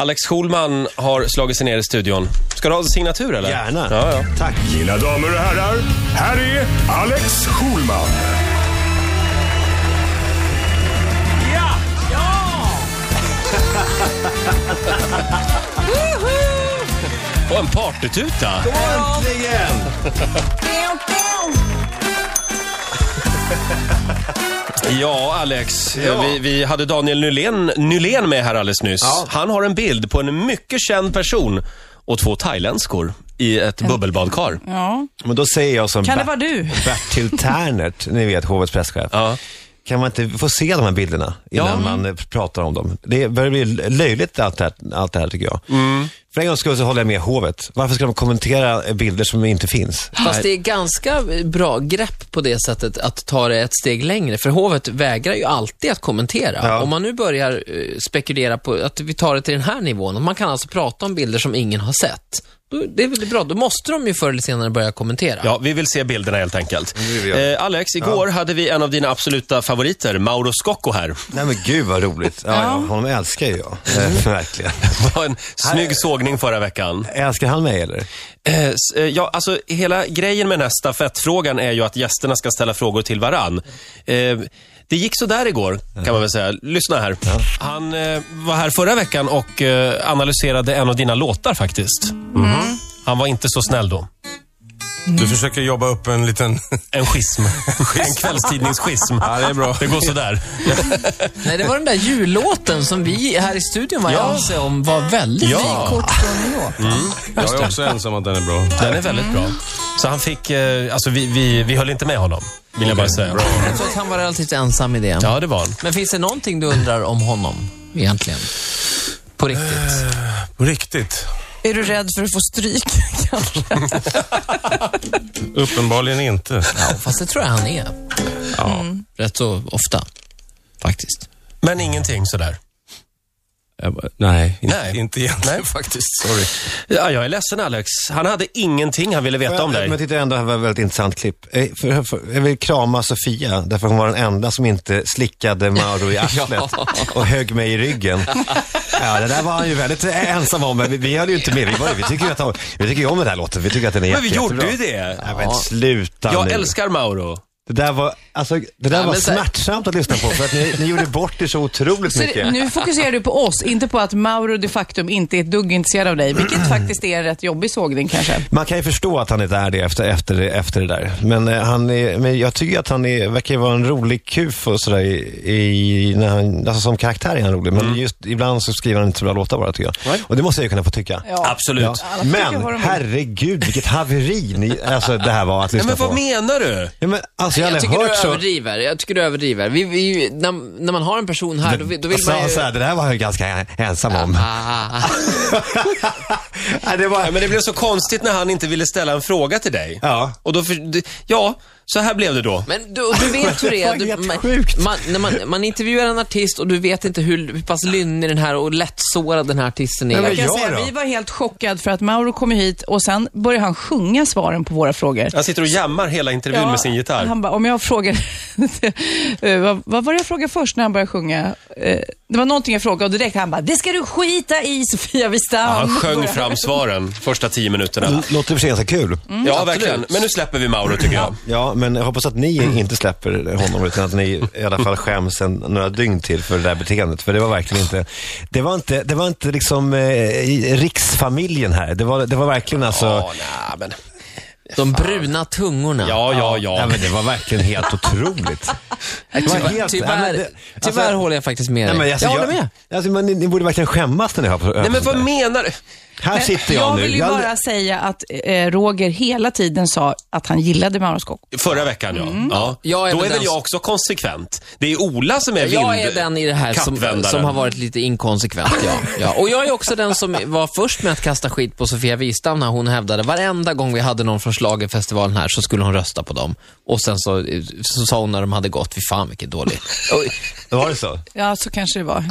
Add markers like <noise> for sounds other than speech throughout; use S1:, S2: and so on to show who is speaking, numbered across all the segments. S1: Alex Schulman har slagit sig ner i studion. Ska du ha signatur eller?
S2: Gärna.
S1: Ja, ja.
S2: Tack.
S3: Mina damer och herrar, här är Alex Schulman.
S1: Och en partytuta.
S2: Äntligen!
S1: Ja, Alex. eh, Vi, vi hade Daniel Nylén, Nylén med här alldeles nyss.
S2: Ja.
S1: Han har en bild på en mycket känd person och två thailändskor i ett bubbelbadkar.
S4: Ja.
S2: Men då säger jag som
S4: Kan det
S2: Bert-
S4: vara du?
S2: Bertil Ternert, ni vet, hovets presschef.
S1: Ja.
S2: Kan man inte få se de här bilderna innan
S1: Ja.
S2: man eh, pratar om dem? Det börjar bli löjligt allt det här, allt det här tycker jag. För en gångs skull så håller jag med hovet. Varför ska de kommentera eh, bilder som inte finns?
S5: Fast det är ganska bra grepp på det sättet att ta det ett steg längre. För hovet vägrar ju alltid att kommentera.
S2: Ja.
S5: Om man nu börjar eh, spekulera på att vi tar det till den här nivån, och man kan alltså prata om bilder som ingen har sett. Då, det är väl bra, då måste de ju förr eller senare börja kommentera.
S1: Ja, vi vill se bilderna helt enkelt.
S2: vill vi göra.
S1: Eh, Alex, igår hade vi en av dina absoluta favoriter, Mauro Scocco här. <laughs>
S2: Nej men gud vad roligt. Ja, ja. Honom älskar ju jag. Eh, <laughs> Verkligen.
S1: Det var en snygg sågning förra veckan.
S2: Älskar han mig eller?
S1: Eh, s- eh, ja, alltså hela grejen med den här stafettfrågan är ju att gästerna ska ställa frågor till varann. Eh, det gick så där igår, kan man väl säga. Lyssna här. Han eh, var här förra veckan och eh, analyserade en av dina låtar faktiskt. Mhm. Han var inte så snäll då.
S6: Du försöker jobba upp en liten...
S1: En schism. en kvällstidningsschism.
S6: Ja, det är <laughs> bra.
S1: Det går sådär.
S5: Nej, det var den där jullåten som vi här i studion var
S1: Ja.
S5: ense om var väldigt
S1: Ja.
S5: fin.
S4: Kort från New York.
S6: Jag är också ensam att den är bra.
S1: Den är väldigt bra. Så han fick, eh, alltså vi, vi, vi höll inte med honom, vill jag bara säga.
S5: Jag tror att han var relativt ensam i det.
S1: Ja, det var han.
S5: Men finns det någonting du undrar om honom egentligen? På riktigt?
S1: Eh.
S6: På riktigt?
S4: Är du rädd för att få stryk? kanske?
S6: Uppenbarligen inte.
S5: Ja, fast det tror jag han är. Ja. Rätt så ofta, faktiskt.
S1: Men ingenting sådär.
S2: Eh,
S6: nej, inte,
S1: Nej.
S6: inte egentligen faktiskt. Sorry.
S1: Ja, jag är ledsen Alex. Han hade ingenting han ville veta om
S2: Men-
S1: dig.
S2: Men titta ändå, det här var ett väldigt intressant klipp. Eh, För, för, jag vill krama Sofia, därför hon var den enda som inte slickade Mauro
S1: <laughs>
S2: i arslet och högg mig i ryggen. Ja, det där var han ju väldigt eh, ensam om, men vi, vi höll ju inte med. Vi, var, vi tycker ju att han, vi tycker ju om den här låten, vi tycker att den är
S1: Men vi
S2: jätte-
S1: gjorde
S2: jättebra.
S1: ju det.
S2: Nej, men sluta
S1: Jag
S2: nu.
S1: älskar Mauro.
S2: Det där var, alltså, det där
S5: Ja,
S2: var
S5: men så här-
S2: smärtsamt att lyssna på, för att ni, ni gjorde bort er så otroligt
S4: Så
S2: mycket.
S4: det- nu fokuserar du på oss, inte på att Mauro de facto inte är ett dugg intresserad av dig, vilket faktiskt är en rätt jobbig sågning kanske.
S2: Man kan ju förstå att han inte är det efter, efter, det- efter det där. Men, eh, han är, men jag tycker att han är, verkar ju vara en rolig kuf och sådär. I, i, när han, alltså som karaktär är han rolig, men just ibland så skriver han inte så bra låtar bara tycker jag. Och det måste jag ju kunna få tycka.
S4: Ja.
S1: Absolut.
S2: Ja.
S4: Alla tycker vad de
S2: Men
S4: vill.
S2: herregud vilket haveri ni, alltså, det här var att
S1: Ja,
S2: lyssna
S1: men vad
S2: på.
S1: menar du?
S2: Ja, men, alltså, jag har
S5: Jag
S2: aldrig
S5: tycker
S2: hört
S5: du
S2: så.
S5: överdriver. Jag tycker du överdriver. Vi, vi, när, när man har en person här, då, vill- då vill
S2: Alltså,
S5: man ju...
S2: så här, det där var han ju ganska ensam om.
S5: Ah, <laughs>
S2: <laughs> Nej, det var,
S1: Ja, men det blev så konstigt när han inte ville ställa en fråga till dig.
S2: Ja.
S1: Och då för, det- ja, så här blev det då.
S5: men du, och du vet hur det är.
S2: Det var
S5: Du, man,
S2: helt sjukt.
S5: man, när man, man intervjuar en artist och du vet inte hur, hur pass lynnig den här och lättsårad den här artisten är.
S2: Nej,
S4: Jag kan
S2: jag
S4: säga,
S2: då?
S4: vi var helt chockade för att Mauro kom hit och sen började han sjunga svaren på våra frågor.
S1: Han sitter och jammar hela intervjun med sin gitarr.
S4: Han bara, om jag frågar... <laughs> Eh, vad, vad var det jag frågade först när han började sjunga? Eh, det var någonting jag frågade och direkt han bara, det ska du skita i <laughs> Sofia Wistam.
S1: Ja, han sjöng fram svaren första tio minuterna.
S2: låter i och för sig ganska kul.
S1: Ja, verkligen. Men nu släpper vi Mauro tycker jag.
S2: Ja, men jag hoppas att
S1: Mm.
S2: ni inte släpper honom utan att ni i alla fall skäms en, några dygn till för det där beteendet. För det var verkligen inte, det var inte, det var inte liksom eh, i- riksfamiljen här. Det var, det var verkligen alltså,
S1: Ja, nej, men...
S5: De bruna tungorna.
S1: Ja, ja, ja.
S2: Nej, men det var verkligen helt
S5: <laughs>
S2: otroligt. Det var
S5: Tyvärr,
S2: helt- nej, men det-
S5: tyvärr,
S2: alltså-
S5: tyvärr håller jag faktiskt med dig.
S2: Nej, men alltså,
S5: jag håller med.
S2: Alltså, men ni, ni borde verkligen skämmas när ni hör på
S1: Nej, men vad menar du?
S2: Här sitter jag,
S4: jag
S2: nu.
S4: vill ju
S2: Jag-
S4: bara säga att eh, Roger hela tiden sa att han gillade Mauro Scocco.
S1: Förra veckan, ja. ja.
S5: Jag är
S1: då är
S5: väl
S1: väl
S5: den-
S1: jag också konsekvent. Det är Ola som är vind...
S5: Jag är den i det här som,
S1: kappvändaren.
S5: som har varit lite inkonsekvent, ja. ja. Och jag är också den som var först med att kasta skit på Sofia Wistam när hon hävdade varenda gång vi hade någon från schlagerfestivalen här så skulle hon rösta på dem. Och sen så, så sa hon när de hade gått, fy fan vilket dåligt.
S2: Var det så?
S4: Ja, så kanske det var.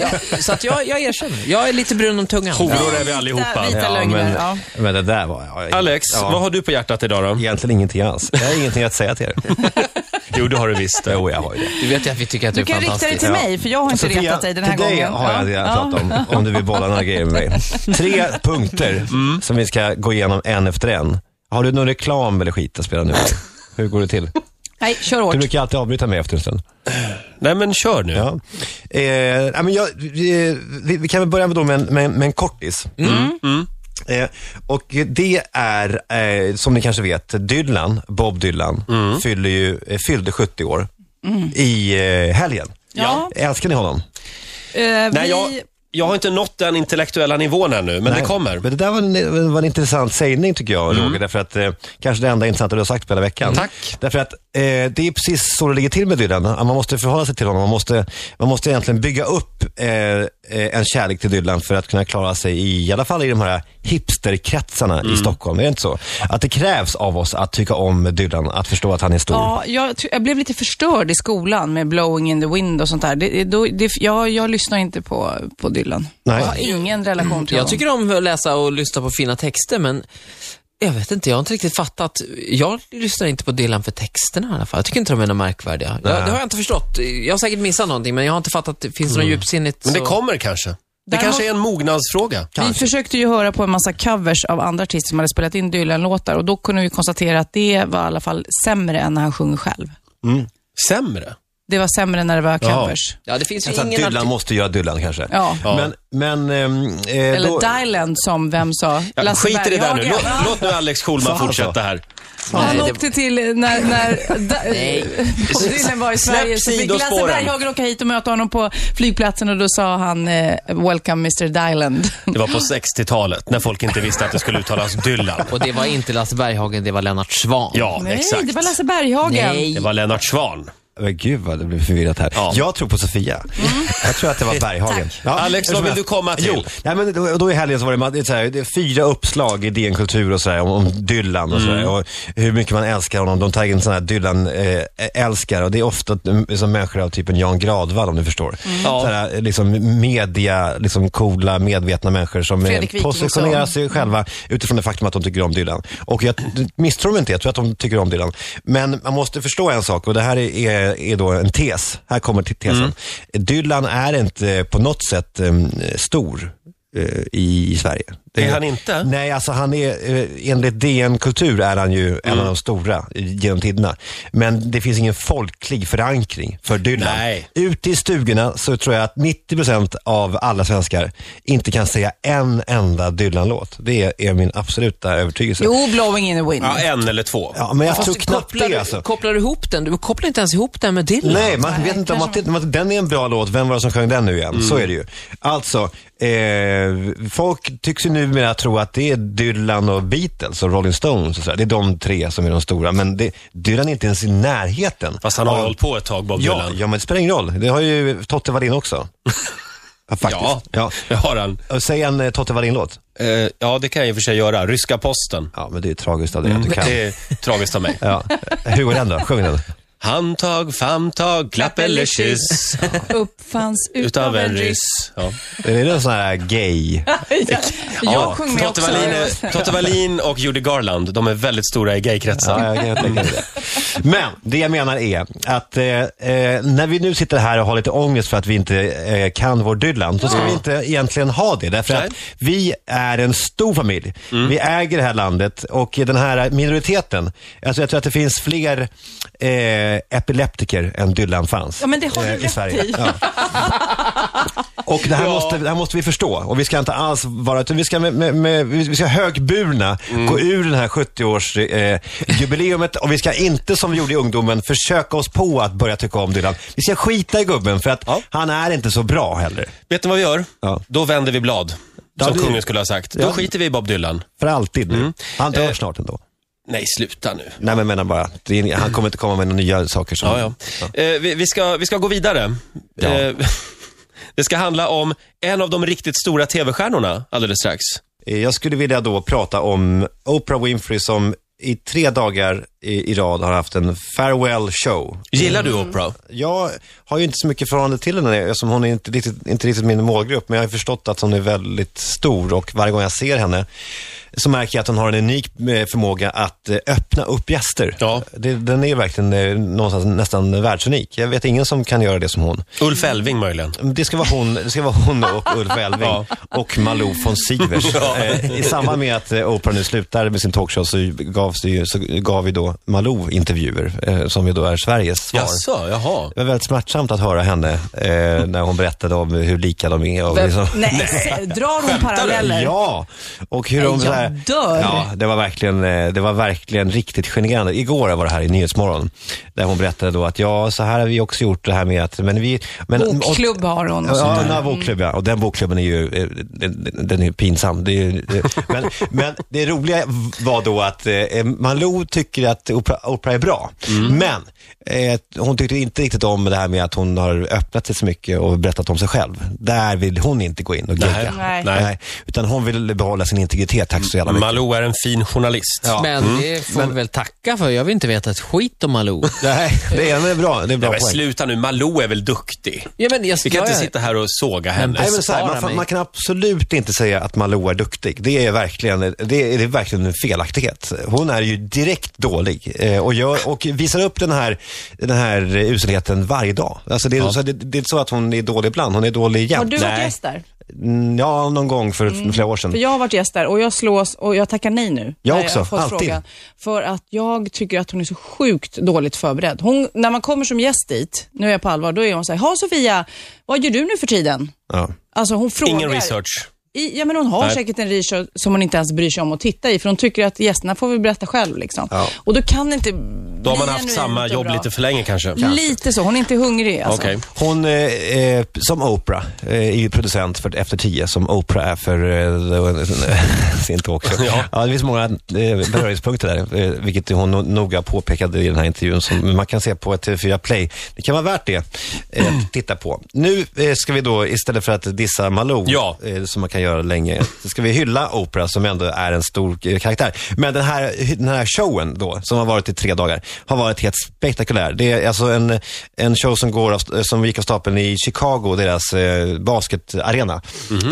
S5: Ja, så att jag, jag erkänner, jag är lite brun om tungan.
S1: Horor är vi allihopa.
S4: Vita lögner,
S2: men,
S4: ja.
S2: men det där var... Ja,
S1: Alex,
S2: ja,
S1: vad har du på hjärtat idag då?
S2: Egentligen ingenting alls. Jag har ingenting att säga till er.
S1: <laughs> Jo, det har du visst. det.
S2: Jo, jag har ju det.
S5: Du vet ju att vi tycker att du
S4: Du
S5: är
S4: kan rikta dig
S5: fantastisk.
S4: till mig, för jag har inte
S2: Sofia,
S4: retat dig den här
S2: till dig
S4: gången.
S2: har jag det jag pratar om, om du vill bolla några grejer med mig.
S4: <laughs>
S2: Tre punkter
S1: Mm.
S2: som vi ska gå igenom en efter en. Har du någon reklam eller skit att spela
S4: <laughs>
S2: nu? Hur går det till?
S4: Nej, kör
S2: Du
S4: hårt.
S2: brukar alltid avbryta mig efter en stund.
S1: Nej, men kör nu.
S2: Ja. Eh, ja, men jag, vi, vi- vi kan väl börja med, då med, en- med, en- med en kortis. Eh, och det är, eh, som ni kanske vet, Dylan, Bob Dylan, fyller ju, eh, fyllde 70 år i eh, helgen.
S4: Ja.
S2: Älskar ni honom?
S4: Eh,
S1: Nej, jag,
S4: vi...
S1: jag har inte nått den intellektuella nivån ännu, men
S2: Nej,
S1: det kommer.
S2: Men det där var en, var en intressant sägning tycker jag, Roger. Därför att, eh, kanske det enda intressanta du har sagt på hela veckan.
S1: Tack.
S2: Därför att eh, det är precis så det ligger till med Dylan. Att Man måste förhålla sig till honom. Man måste, man måste egentligen bygga upp eh, eh, en kärlek till Dylan för att kunna klara sig i, i alla fall i de här hipsterkretsarna i Stockholm. Är det inte så? Att det krävs av oss att tycka om Dylan, att förstå att han är stor.
S4: Ja, jag, tr- jag blev lite förstörd i skolan med blowing in the wind och sånt där. Det, då, det, jag, jag lyssnar inte på, på Dylan.
S2: Nej.
S4: Jag har ingen relation till
S5: Jag
S4: honom.
S5: tycker om att läsa och lyssna på fina texter, men jag vet inte, jag har inte riktigt fattat. Jag lyssnar inte på Dylan för texterna i alla fall. Jag tycker inte de är några märkvärdiga. Jag, det har jag inte förstått. Jag har säkert missat någonting, men jag har inte fattat. att det Finns
S2: Mm.
S5: det något djupsinnigt?
S1: Men det
S5: så-
S1: kommer kanske. Det
S4: Där
S1: kanske
S4: har-
S1: är en mognadsfråga.
S4: Vi försökte ju höra på en massa covers av andra artister som hade spelat in Dylan-låtar och då kunde vi konstatera att det var i alla fall sämre än när han sjunger själv.
S1: Sämre?
S4: Det var sämre när det var covers.
S5: Ja, det finns ju
S2: Alltså att
S5: ingen...
S2: Dylan
S5: arti-
S2: måste göra Dylan kanske.
S4: Ja.
S2: Men, men, ehm, eh,
S4: Eller
S2: då,
S4: Dylan som, vem sa?
S1: Ja,
S4: Lasse
S1: skit i det där nu.
S4: Berghagen.
S1: Låt, låt nu Alex Schulman
S4: <laughs>
S2: Fan,
S1: fortsätta
S2: alltså.
S1: här.
S4: Han
S5: Nej, det-
S4: åkte till eh, när, när
S5: <laughs>
S4: da,
S5: Nej.
S4: <laughs> Dylan var i
S1: Släpp
S4: Sverige så fick Lasse
S1: sidospåren.
S4: Berghagen åka hit och möta honom på flygplatsen och då sa han eh, “Welcome Mr Dylan”.
S1: Det var på 60-talet, när folk inte visste att det skulle uttalas Dylan.
S5: Och det var inte Lasse Berghagen, det var Lennart Swahn.
S1: Ja,
S4: Nej,
S1: exakt.
S4: det var Lasse Berghagen.
S1: Det
S5: Nej.
S1: var Lennart Swahn.
S2: Men gud vad det blir förvirrat här.
S1: Ja.
S2: Jag tror på Sofia. Jag tror att det var Berghagen. Ja,
S1: Alex,
S2: hur
S1: vad
S2: som
S1: vill
S2: helst.
S1: du komma till?
S2: Jo, nej, men då, då i helgen så var det, ma- det, är så här, det är fyra uppslag i DN Kultur och så här, om, om Dylan och så
S1: Mm.
S2: här, och hur mycket man älskar honom. De tar in sådana här Dylan-älskare och det är ofta mm, som människor av typen Jan Gradvall om du förstår. Så här, eh, liksom media, liksom coola, medvetna människor som eh,
S4: Fredrik Wikingsson.
S2: positionerar sig eh, själva utifrån det faktum att de tycker om Dylan. Och jag d- misstror dem inte, jag tror att de tycker om Dylan. Men man måste förstå en sak och det här är, är, är då en tes. Här kommer till tesen.
S1: Mm.
S2: Dylan är inte på något sätt em, stor eh, i, i Sverige. Det-
S1: Är han inte?
S2: Nej, alltså han är, eh, enligt DN Kultur är han ju
S1: Mm.
S2: en av de stora eh, genom tiderna. Men det finns ingen folklig förankring för Dylan.
S1: Nej.
S2: Ute i stugorna så tror jag att 90% av alla svenskar inte kan säga en enda Dylan-låt. Det är, är min absoluta övertygelse.
S4: Jo, blowing in the wind.
S1: Ja, en eller två.
S2: Ja, men jag
S5: Fast
S2: tror
S5: du
S2: knappt
S5: kopplar,
S2: det
S5: du-
S2: alltså.
S5: kopplar du ihop den? Du kopplar inte ens ihop den med Dylan.
S2: Nej, man vet inte om att, om att den är en bra låt. Vem var det som sjöng den nu igen? Så är det ju. Alltså, eh, folk tycks ju numera tro att det är Dylan och Beatles och Rolling Stones och sådär. Det är de tre som är de stora. Men det, Dylan är inte ens i närheten.
S1: Fast han har
S2: av-
S1: hållit på ett tag, Bob
S2: ja,
S1: Dylan.
S2: ja, men det spelar ingen roll. Det har ju Totte
S1: <laughs>
S2: Wallin också. ja, faktiskt.
S1: Ja,
S2: Ja.
S1: det har han.
S2: Och Säg en eh, Totte Wallin-låt.
S1: Eh, ja, det kan jag i och för sig göra. Ryska posten.
S2: Ja, men det är tragiskt av dig att du kan.
S1: Mm. Det är tragiskt av mig.
S2: Ja. Hur går den då? Sjung den.
S1: Handtag, famntag, klapp eller kyss.
S4: Uppfanns
S1: eh. Utav en ryss. Ja.
S2: Är det en sån här gay?
S4: <laughs> ja, jag sjöng med
S1: Totte
S4: också.
S1: Wallin
S4: <laughs>
S1: är- Totte Wallin och Judy Garland, de är väldigt stora i gaykretsar.
S2: Ja, jag kan tänka mig det. Men det jag menar är att eh, eh, när vi nu sitter här och har lite ångest för att vi inte eh, kan vår Dylan, så ska vi inte egentligen ha det. Därför att
S1: Nej. Mm.
S2: vi är en stor familj. Vi äger det här landet och den här minoriteten, alltså jag tror att det finns fler eh, epileptiker än Dylan fanns.
S4: Ja, men det har du
S2: eh, i
S4: rätt
S2: Sverige.
S4: i. <laughs>
S2: Ja. Och det här,
S1: Ja.
S2: måste, det här måste vi förstå. Och vi ska inte alls vara, utan vi ska, med, med, med, vi ska högburna
S1: Mm.
S2: gå ur den här 70-årsjubileumet eh, jubileumet. och vi ska inte som vi gjorde i ungdomen försöka oss på att börja tycka om Dylan. Vi ska skita i gubben för att
S1: Ja.
S2: han är inte så bra heller.
S1: Vet ni vad vi gör?
S2: Ja.
S1: Då vänder vi blad.
S2: Ja,
S1: Som
S2: det-
S1: kungen skulle ha sagt. Då
S2: Ja.
S1: skiter vi i Bob Dylan.
S2: För alltid
S1: Mm.
S2: nu. Han
S1: Eh.
S2: dör snart ändå.
S1: Nej, sluta nu.
S2: Nej men jag menar bara, det är, han kommer inte komma med några nya saker. Som,
S1: Ja, ja. Eh, vi, vi, ska, vi ska gå vidare.
S2: Ja.
S1: Eh, <laughs> det ska handla om en av de riktigt stora tv-stjärnorna alldeles strax.
S2: Eh, Jag skulle vilja då prata om Oprah Winfrey som i tre dagar i, i rad har haft en farewell show.
S1: Gillar du Oprah?
S2: Jag har ju inte så mycket förhållande till henne eftersom hon är inte riktigt, inte riktigt min målgrupp. Men jag har ju förstått att hon är väldigt stor och varje gång jag ser henne så märker jag att hon har en unik eh, förmåga att eh, öppna upp gäster.
S1: Ja.
S2: Det, den är verkligen eh, någonstans nästan världsunik. Jag vet ingen som kan göra det som hon.
S1: Ulf Elving möjligen.
S2: Det ska vara hon, det ska vara hon och Ulf Elving och Malou von Sivers. Eh, I samband med att eh, Oprah nu slutade med sin talkshow så, gavs det ju, så gav ju då Malou intervjuer, eh, som ju då är Sveriges svar.
S1: Jaså, jaha.
S2: Det var väldigt smärtsamt att höra henne
S4: <laughs>
S2: eh, när hon berättade om hur lika de är. Och liksom,
S4: Nej, se- drar hon paralleller?
S2: ja, och hur de
S4: Jag
S2: så här,
S4: dör.
S2: Ja, det var verkligen, eh, det var verkligen riktigt generande. Igår var det här i Nyhetsmorgon, där hon berättade då att ja, så här har vi också gjort det här med att, men vi... Men,
S4: Bokklubb har hon och sånt
S2: Ja,
S4: där.
S2: den här bokklubb, ja. Och den bokklubben är ju eh, den, den- den är ju pinsam. Det är ju, det- men, men det roliga var då att eh, Malou tycker att opera, opera är bra. Men eh, hon tyckte inte riktigt om det här med att hon har öppnat sig så mycket och berättat om sig själv. Där vill hon inte gå in och gegga.
S4: Nej.
S2: Nej, Utan hon vill behålla sin integritet, tack så jävla mycket.
S1: Malou är en fin journalist.
S2: Ja. Mm.
S5: Men det får vi väl tacka för. Jag vill inte veta ett skit om Malou.
S2: <laughs> Nej, det är, det är bra, det är bra
S1: Nej, men
S2: poäng.
S1: sluta nu, Malou är väl duktig?
S5: Ja, men jag,
S1: Vi kan
S5: jag,
S1: inte sitta här och såga henne.
S2: Nej, men så här, man,
S5: Bespara
S2: får-
S5: mig.
S2: man kan absolut inte säga att Malou är duktig. Det är verkligen, det är, det är verkligen en felaktighet. Hon är ju direkt dålig eh, och, gör, och visar upp den här, den här eh, uselheten varje dag. Alltså det, är, så, det, det är inte så att hon är dålig ibland, hon är dålig jämt.
S4: Har du varit
S2: Nej.
S4: gäst där?
S2: Mm, Ja, någon gång för flera år sedan.
S4: För jag har varit gäst där och jag slås och jag tackar nej nu.
S2: Jag
S4: när
S2: också,
S4: har fått
S2: alltid.
S4: Frågan, för att jag tycker att hon är så sjukt dåligt förberedd. Hon, när man kommer som gäst dit, nu är jag på allvar, då är hon så här, ha Sofia, vad gör du nu för tiden?
S2: Ja.
S4: Alltså hon frågar.
S1: Ingen research.
S4: I, ja, men hon har
S1: Nej.
S4: säkert en research som hon inte ens bryr sig om att titta i, för hon tycker att gästerna får väl berätta själv. Liksom.
S2: Ja.
S4: Och då kan det inte
S1: Då har man haft samma jobb lite för länge kanske.
S4: Lite så, hon är inte hungrig alltså.
S1: Okej.
S2: Hon, eh, eh, som Oprah, eh, är ju producent för Efter 10 som Oprah är för eh, <laughs> sin talkshow. Ja. det finns många eh, beröringspunkter där, eh, vilket hon no- noga påpekade i den här intervjun som man kan se på TV4 Play. Det kan vara värt det eh, att titta på. Nu eh, ska vi då, istället för att dissa Malou,
S1: Ja.
S2: eh, som man kan göra länge, så ska vi hylla Oprah som ändå är en stor eh, karaktär. Men den här, den här showen då, som har varit i tre dagar, har varit helt spektakulär. Det är alltså en, en show som, går av, eh, som gick av stapeln i Chicago, deras eh, basketarena,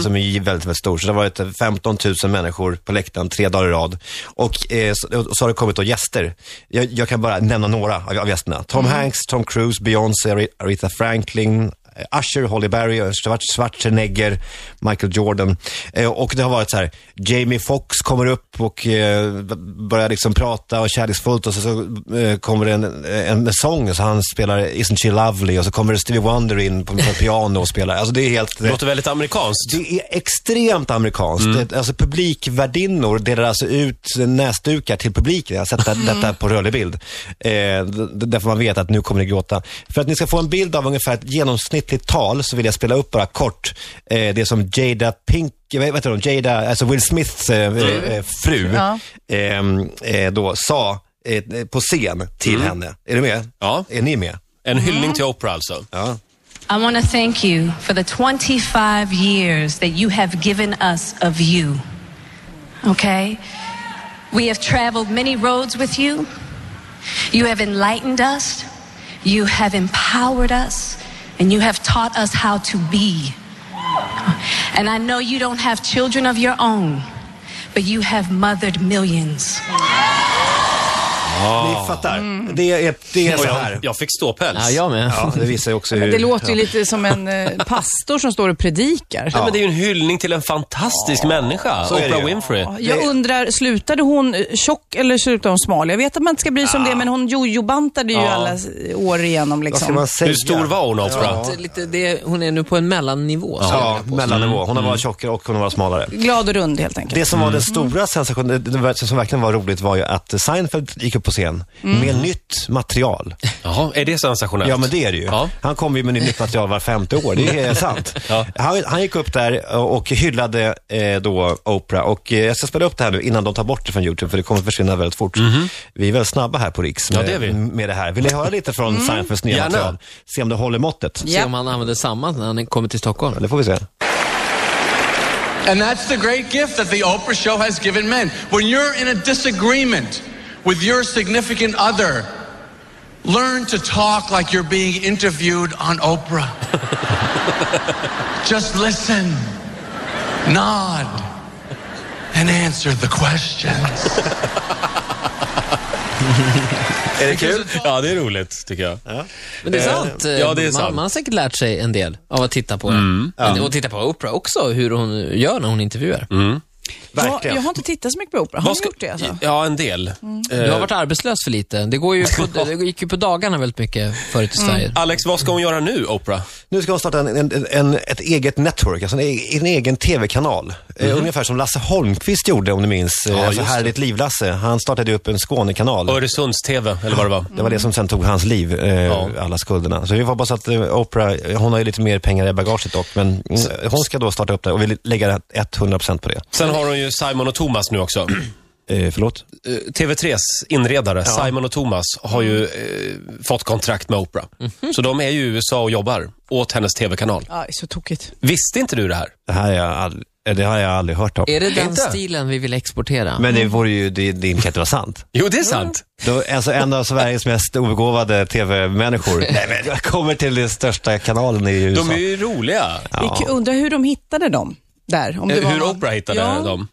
S2: som är väldigt, väldigt stor. Så det har varit 15 000 människor på läktaren tre dagar i rad. Och eh, så, och så har det kommit då gäster. Jag, jag kan bara nämna några av, av gästerna. Tom Hanks, Tom Cruise, Beyoncé, Ari- Aretha Franklin, Eh, Usher, Holly Berry, Schwar- Schwarzenegger, Michael Jordan. Eh, och det har varit så här, Jamie Foxx kommer upp och eh, b- börjar liksom prata och kärleksfullt och så, så eh, kommer det en, en sång, så han spelar Isn't She Lovely och så kommer Stevie Wonder in på, på piano och spelar. Alltså det är helt...
S1: Det låter väldigt amerikanskt.
S2: Det är extremt amerikanskt. Det, alltså publikvärdinnor delar alltså ut näsdukar till publiken. Jag har sett det, detta på rörlig bild. Eh, d- därför man vet att nu kommer ni gråta. För att ni ska få en bild av ungefär ett genomsnittligt tal så vill jag spela upp bara kort eh, det som Jada Pink vad heter hon? Jada, alltså Will Smiths eh, eh, fru,
S4: Ja.
S2: ehm, eh, då sa eh, på scen till henne. Är du med?
S1: Ja.
S2: Är ni med?
S1: En hyllning till Oprah alltså.
S2: Ja.
S7: I want to thank you for the 25 years that you have given us of you. Okay? We have traveled many roads with you. You have enlightened us. You have empowered us. And you have taught us how to be. And I know you don't have children of your own, but you have mothered millions.
S2: Ni fattar. Det är, det är
S1: Och
S2: så
S1: jag,
S2: här.
S1: jag fick ståpäls.
S5: ja, jag med.
S2: Ja, det visar ju också hur...
S4: Det låter ju
S2: ja.
S4: lite som en eh, pastor som står och predikar.
S1: Nej, men det är ju en hyllning till en fantastisk människa,
S2: Så är det
S1: Oprah
S2: ju.
S1: Winfrey.
S4: Jag undrar, slutade hon eh, tjock eller slutade hon smal? Jag vet att man inte ska bry sig om det, men hon jojobantade ju
S1: Ah. Ja.
S4: alla s- år igenom.
S2: Vad ska
S4: Liksom.
S2: man säga?
S1: Hur stor var hon, Oprah?
S2: Ja.
S5: Lite- Lite det, hon är nu på en mellannivå. så jag
S2: Ja,
S5: vill
S1: Mm.
S5: påstå.
S2: mellannivå. Hon har varit tjockare och hon har varit smalare.
S4: Glad och rund helt enkelt.
S2: Det som
S1: Mm.
S2: var den stora sensationen, det- det som verkligen var roligt var ju att Seinfeld gick upp på scen
S1: Mm.
S2: med nytt material.
S1: Jaha, är det sensationellt?
S2: Ja men det är det ju.
S1: Ja.
S2: Han kommer ju med nytt material var femte år, det
S1: <laughs>
S2: är sant. han, han gick upp där och hyllade eh, då Oprah och eh, jag ska spela upp det här nu innan de tar bort det från Youtube för det kommer försvinna väldigt fort. Vi är väldigt snabba här på Riks med,
S1: Mhm. Ja, det är vi. Mm.
S2: med det här. Vill ni höra lite från Seinfelds nya
S1: Gärna.
S2: material? Se om det håller måttet.
S5: Se om han använder samma när han kommer till Stockholm.
S2: Det får vi se.
S8: And that's the great gift that the Oprah Show has given men. When you're in a disagreement with your significant other, learn to talk like you're being interviewed on Oprah. Just listen, nod, and answer the questions.
S1: Är det kul? Ja, det är roligt tycker jag.
S5: Men det är
S1: Eh,
S5: sant.
S1: ja, det är
S5: man,
S1: sant.
S5: man har säkert lärt sig en del av att titta på den. Men, och titta på Oprah också, hur hon gör när hon intervjuar.
S4: Jag,
S2: Verkligen.
S4: jag har inte tittat så mycket på opera. Har
S1: Vad
S4: ni
S1: ska-
S4: gjort det alltså?
S1: Ja, en del.
S5: Du har varit arbetslös för lite. Det, går ju på, det gick ju på dagarna väldigt mycket förut i Sverige.
S1: Alex, vad ska hon göra nu, Oprah?
S2: Nu ska hon starta en, en, en, ett eget network, alltså en, e- en egen tv-kanal. Eh, Ungefär som Lasse Holmqvist gjorde om du minns. Ja, alltså
S1: just
S2: Härligt liv-Lasse. Han startade ju upp en Skånekanal.
S1: Öresunds-TV, eller vad det var.
S2: Det var det som sen tog hans liv, eh, alla skulderna. Så vi får hoppas att eh, Oprah, hon har ju lite mer pengar i bagaget dock, men mm, hon ska då starta upp det och vi lägger 100% på det.
S1: Sen har hon ju Simon och Thomas nu också. <clears throat>
S2: Eh, förlåt?
S1: Eh, TV3s inredare, Simon och Thomas, har ju eh, fått kontrakt med Oprah. Så de är ju i USA och jobbar åt hennes TV-kanal.
S4: Ja, det är så tokigt.
S1: Visste inte du det här?
S2: Det här, har jag all, eh, det här har jag aldrig hört om.
S5: Är det den
S1: Inte?
S5: stilen vi vill exportera?
S2: Men det vore ju, det, det kan inte vara sant.
S1: Jo, det är sant.
S2: Då, alltså en av Sveriges mest obegåvade tv-människor. Nej men jag kommer till den största kanalen i USA.
S1: De är ju roliga.
S4: Vi k- undrar hur de hittade dem där. Om det var
S1: Eh, Hur
S4: någon-
S1: Oprah hittade
S4: ja.
S1: dem.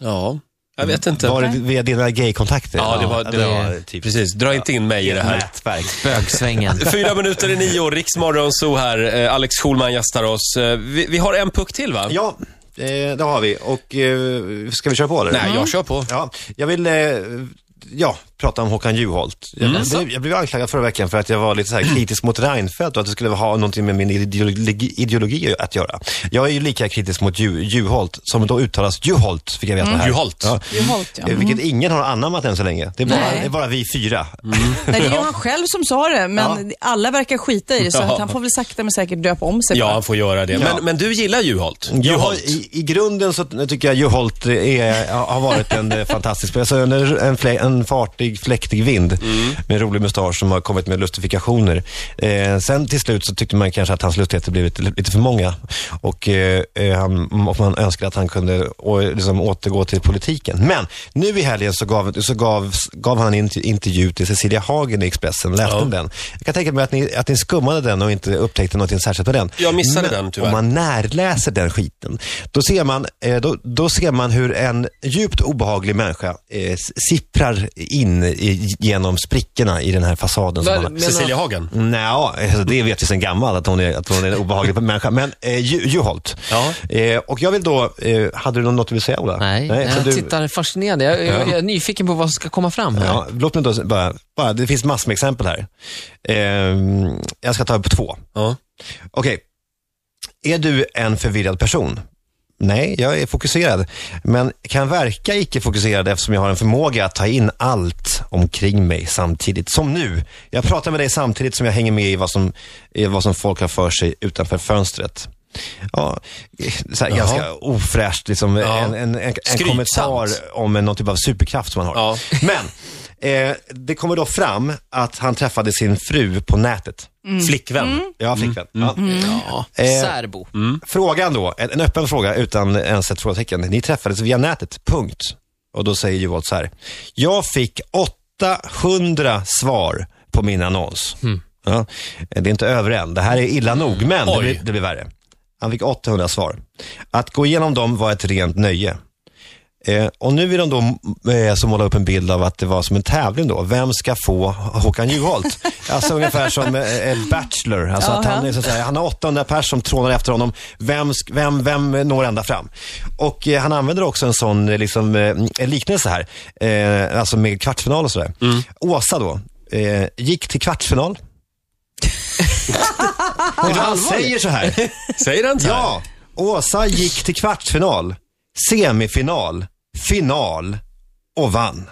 S1: Ja, jag vet inte.
S2: Var det via dina gaykontakter?
S1: Ja, det var, det
S5: det
S1: var
S5: är
S2: typ-
S1: precis. Dra inte in mig i det här.
S2: Nätverk.
S1: <laughs>
S5: Bögsvängen.
S1: Fyra minuter i nio, Riksmorgon så här. Eh, Alex Schulman gästar oss. Eh, Vi, vi har en puck till, va?
S2: Ja, eh, det har vi. Och eh, ska vi köra på eller?
S1: Nej, jag kör på.
S2: Ja, jag vill eh, ja, prata om Håkan Juholt. Jag,
S1: Mm.
S2: blev, jag blev anklagad förra veckan för att jag var lite så här kritisk mot Reinfeldt och att det skulle ha någonting med min ideologi, ideologi att göra. Jag är ju lika kritisk mot Ju, Juholt, som då uttalas Juholt, fick jag veta här.
S1: Mm. Juholt.
S2: Ja.
S4: Juholt,
S1: <laughs>
S4: ja.
S2: Eh, Vilket ingen har anammat än så länge. Det är bara,
S4: Nej.
S2: det är bara vi fyra.
S4: Nej, det är han själv som sa det, men alla verkar skita i det, så
S1: Ja.
S4: att han får väl sakta men säkert döpa om sig.
S1: Ja,
S4: bara.
S1: han får göra det. Men, men du gillar Juholt?
S2: Jag har, i, I grunden så tycker jag Juholt är, har varit en eh, fantastisk spelare. Alltså en, en, flä, en fartig, fläktig vind
S1: Mm.
S2: med en rolig mustasch som har kommit med lustifikationer. Eh, sen till slut så tyckte man kanske att hans lustigheter blivit li- lite för många. Och, eh, eh, han, och man önskade att han kunde å, liksom, återgå till politiken. Men nu i helgen så gav, så gav, gav han en intervju- intervju till Cecilia Hagen i Expressen. Läste ni den? Jag kan tänka mig att ni, att ni skummade den och inte upptäckte någonting särskilt med den.
S1: Jag missade
S2: Men
S1: den, tyvärr.
S2: Om man närläser den skiten, då ser man, eh, då, då ser man hur en djupt obehaglig människa eh, s- sipprar in i, genom sprickorna i den här fasaden. Som
S5: Vad-
S2: man har.
S5: men-
S1: Cecilia Hagen?
S2: Nja, alltså det vet vi sedan gammalt att hon är, att hon är en obehaglig människa. Men eh, Ju- Juholt.
S1: Ja.
S2: Eh, och jag vill då, eh, hade du något du vill säga Ola?
S5: Nej,
S2: så
S5: jag
S2: du-
S5: tittar fascinerad. Jag, jag, jag är nyfiken på vad som ska komma fram här.
S2: Ja, låt mig då bara, bara, det finns massor med exempel här. Ehm, jag ska ta upp två.
S1: Ja.
S2: Okej, är du en förvirrad person? Nej, jag är fokuserad, men kan verka icke-fokuserad eftersom jag har en förmåga att ta in allt omkring mig samtidigt. Som nu. Jag pratar med dig samtidigt som jag hänger med i vad som, i vad som folk har för sig utanför fönstret. Ja, så här ganska ofräscht, liksom
S1: Ja.
S2: en, en, en, en
S1: Skrytsamt.
S2: kommentar om någon typ av superkraft som man har.
S1: Ja.
S2: <laughs> Men eh, det kommer då fram att han träffade sin fru på nätet.
S1: Flickvän?
S2: Ja, flickvän. Ja.
S5: Ja.
S2: Eh,
S5: Särbo.
S2: Frågan då, en, en öppen fråga utan ens ett frågetecken. Ni träffades via nätet, punkt. Och då säger Juholt så här. Jag fick 800 svar på min annons. Ja, Eh, det är inte över än. Det här är illa nog, men det
S1: Oj.
S2: blir, det blir värre. Han fick 800 svar. Att gå igenom dem var ett rent nöje. Eh, och nu vill de då eh, så måla upp en bild av att det var som en tävling då. Vem ska få Håkan Juholt? alltså ungefär som eh, eh, Bachelor. Alltså att han, är så att säga, han har 800 pers som trånar efter honom. Vem, sk- vem, vem eh, når ända fram? Och eh, han använder också en sån eh, liksom, eh, en liknelse här. Eh, alltså med kvartsfinal och sådär. Åsa då, eh, gick till kvartsfinal. och han säger så här.
S1: Säger den så här?
S2: Ja, Åsa gick till kvartsfinal, semifinal, final och vann.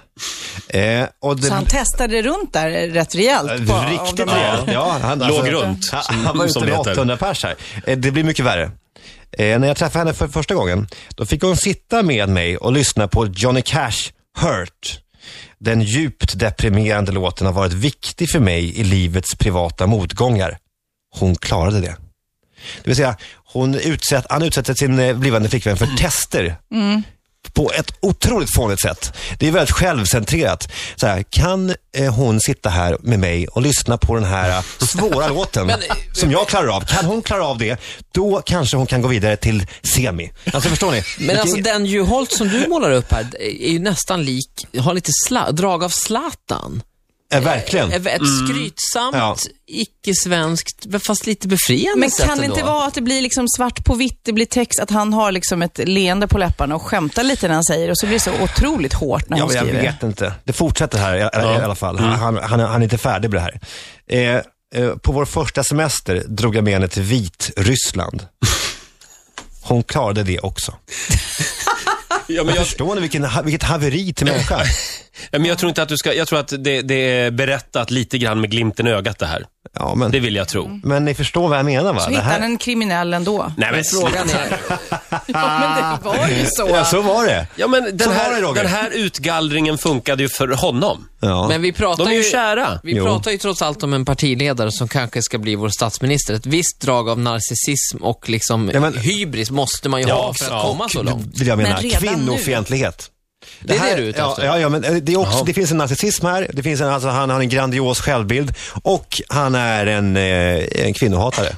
S2: Eh, och det,
S4: Så han testade runt där rätt rejält. på- av
S2: Riktigt
S4: de här-
S2: rejält. Ja, han, alltså,
S1: Låg runt,
S2: Han,
S1: som-
S2: han var ute
S1: som
S2: med
S1: det heter.
S2: 800 pers här. Eh, det blir mycket värre. Eh, när jag träffade henne för första gången, då fick hon sitta med mig och lyssna på Johnny Cash, Hurt. Den djupt deprimerande låten har varit viktig för mig i livets privata motgångar. Hon klarade det.
S5: Mm.
S2: Det vill säga, hon utsätt, han utsätter sin eh, blivande flickvän för tester på ett otroligt fånigt sätt. Det är väldigt självcentrerat. Så här, kan eh, hon sitta här med mig och lyssna på den här eh,
S5: <laughs>
S2: svåra låten
S5: eh,
S2: som jag klarar av? Kan hon klara av det, då kanske hon kan gå vidare till semi. Alltså förstår ni?
S5: Men
S2: Vilken-
S5: alltså den Juholt som du målar upp här är ju nästan lik, har lite sla, drag av Zlatan.
S2: eh, verkligen.
S5: Ett
S1: Mm.
S5: skrytsamt,
S2: Ja.
S5: icke-svenskt, fast lite befriande
S4: Men
S5: sätt
S4: kan det inte
S5: ändå.
S4: vara att det blir liksom svart på vitt, det blir text, att han har liksom ett leende på läpparna och skämtar lite när han säger och så blir det så otroligt hårt när
S2: Ja,
S4: hon
S2: men jag
S4: skriver.
S2: vet inte. Det fortsätter här i, i alla fall. Han, han, han är inte färdig med det här. Eh, eh, på vår första semester drog jag med henne till Vitryssland. Hon klarade det också.
S1: Ja, men
S2: Men
S1: jag,
S2: Förstår ni vilken, ha- vilket haveri till människa?
S1: ja, men jag tror inte att du ska... Jag tror att det, det är berättat lite grann med glimten i ögat det här.
S2: Ja, men,
S1: Det vill jag tro.
S2: men ni förstår vad jag menar va?
S4: Så
S2: Det
S4: hittar han
S2: här,
S4: en kriminell ändå.
S1: Nej, men
S5: Frågan är,
S4: Ja, men
S2: Ah.
S4: det var ju så.
S2: ja, så var det.
S1: Ja, men
S2: Så
S1: den,
S2: var det,
S1: här,
S2: Roger.
S1: den här utgallringen funkade ju för honom.
S2: Ja.
S5: <laughs> men vi pratar
S1: De är ju kära.
S5: Vi
S2: Jo.
S5: pratar ju trots allt om en partiledare som kanske ska bli vår statsminister. Ett visst drag av narcissism och liksom
S2: Ja, men-
S5: hybris måste man ju ha för att
S1: ja,
S5: komma så långt.
S2: vill jag
S4: Men
S2: mena.
S4: redan
S2: Kvinnofientlighet.
S5: Det är det du är ute
S2: ja,
S5: efter.
S2: ja, ja, men eh, det, är också, det finns en narcissism här. Det finns en, alltså, han har en grandios självbild och han är en, eh, en kvinnohatare.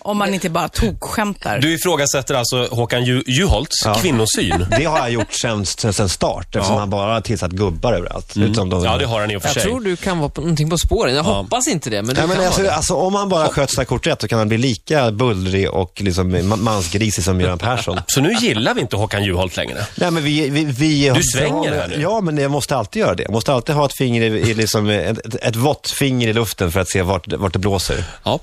S4: Om man inte bara tokskämtar.
S1: Du ifrågasätter alltså Håkan Ju- Juholts kvinnosyn.
S2: Det har jag gjort sen, sen, sen start eftersom han bara har tillsatt gubbar överallt.
S5: Mm.
S2: Utom de,
S1: Ja, det har han i och för
S5: Jag
S1: sig.
S5: tror du kan vara på, någonting på spåren. Jag hoppas inte det, men du
S2: Nej, men
S5: kan
S2: alltså,
S5: vara det.
S2: alltså, om han bara sköter sina kort rätt så kan han bli lika bullrig och liksom ma- mansgrisig som Göran Persson.
S1: Så nu gillar vi inte Håkan Juholt längre.
S2: Nej, men vi, vi, vi,
S1: Du svänger här nu.
S2: Ja, men jag måste alltid göra det. Jag måste alltid ha ett, finger i, i liksom, ett, ett vått finger i luften för att se vart, vart det blåser.
S1: Ja.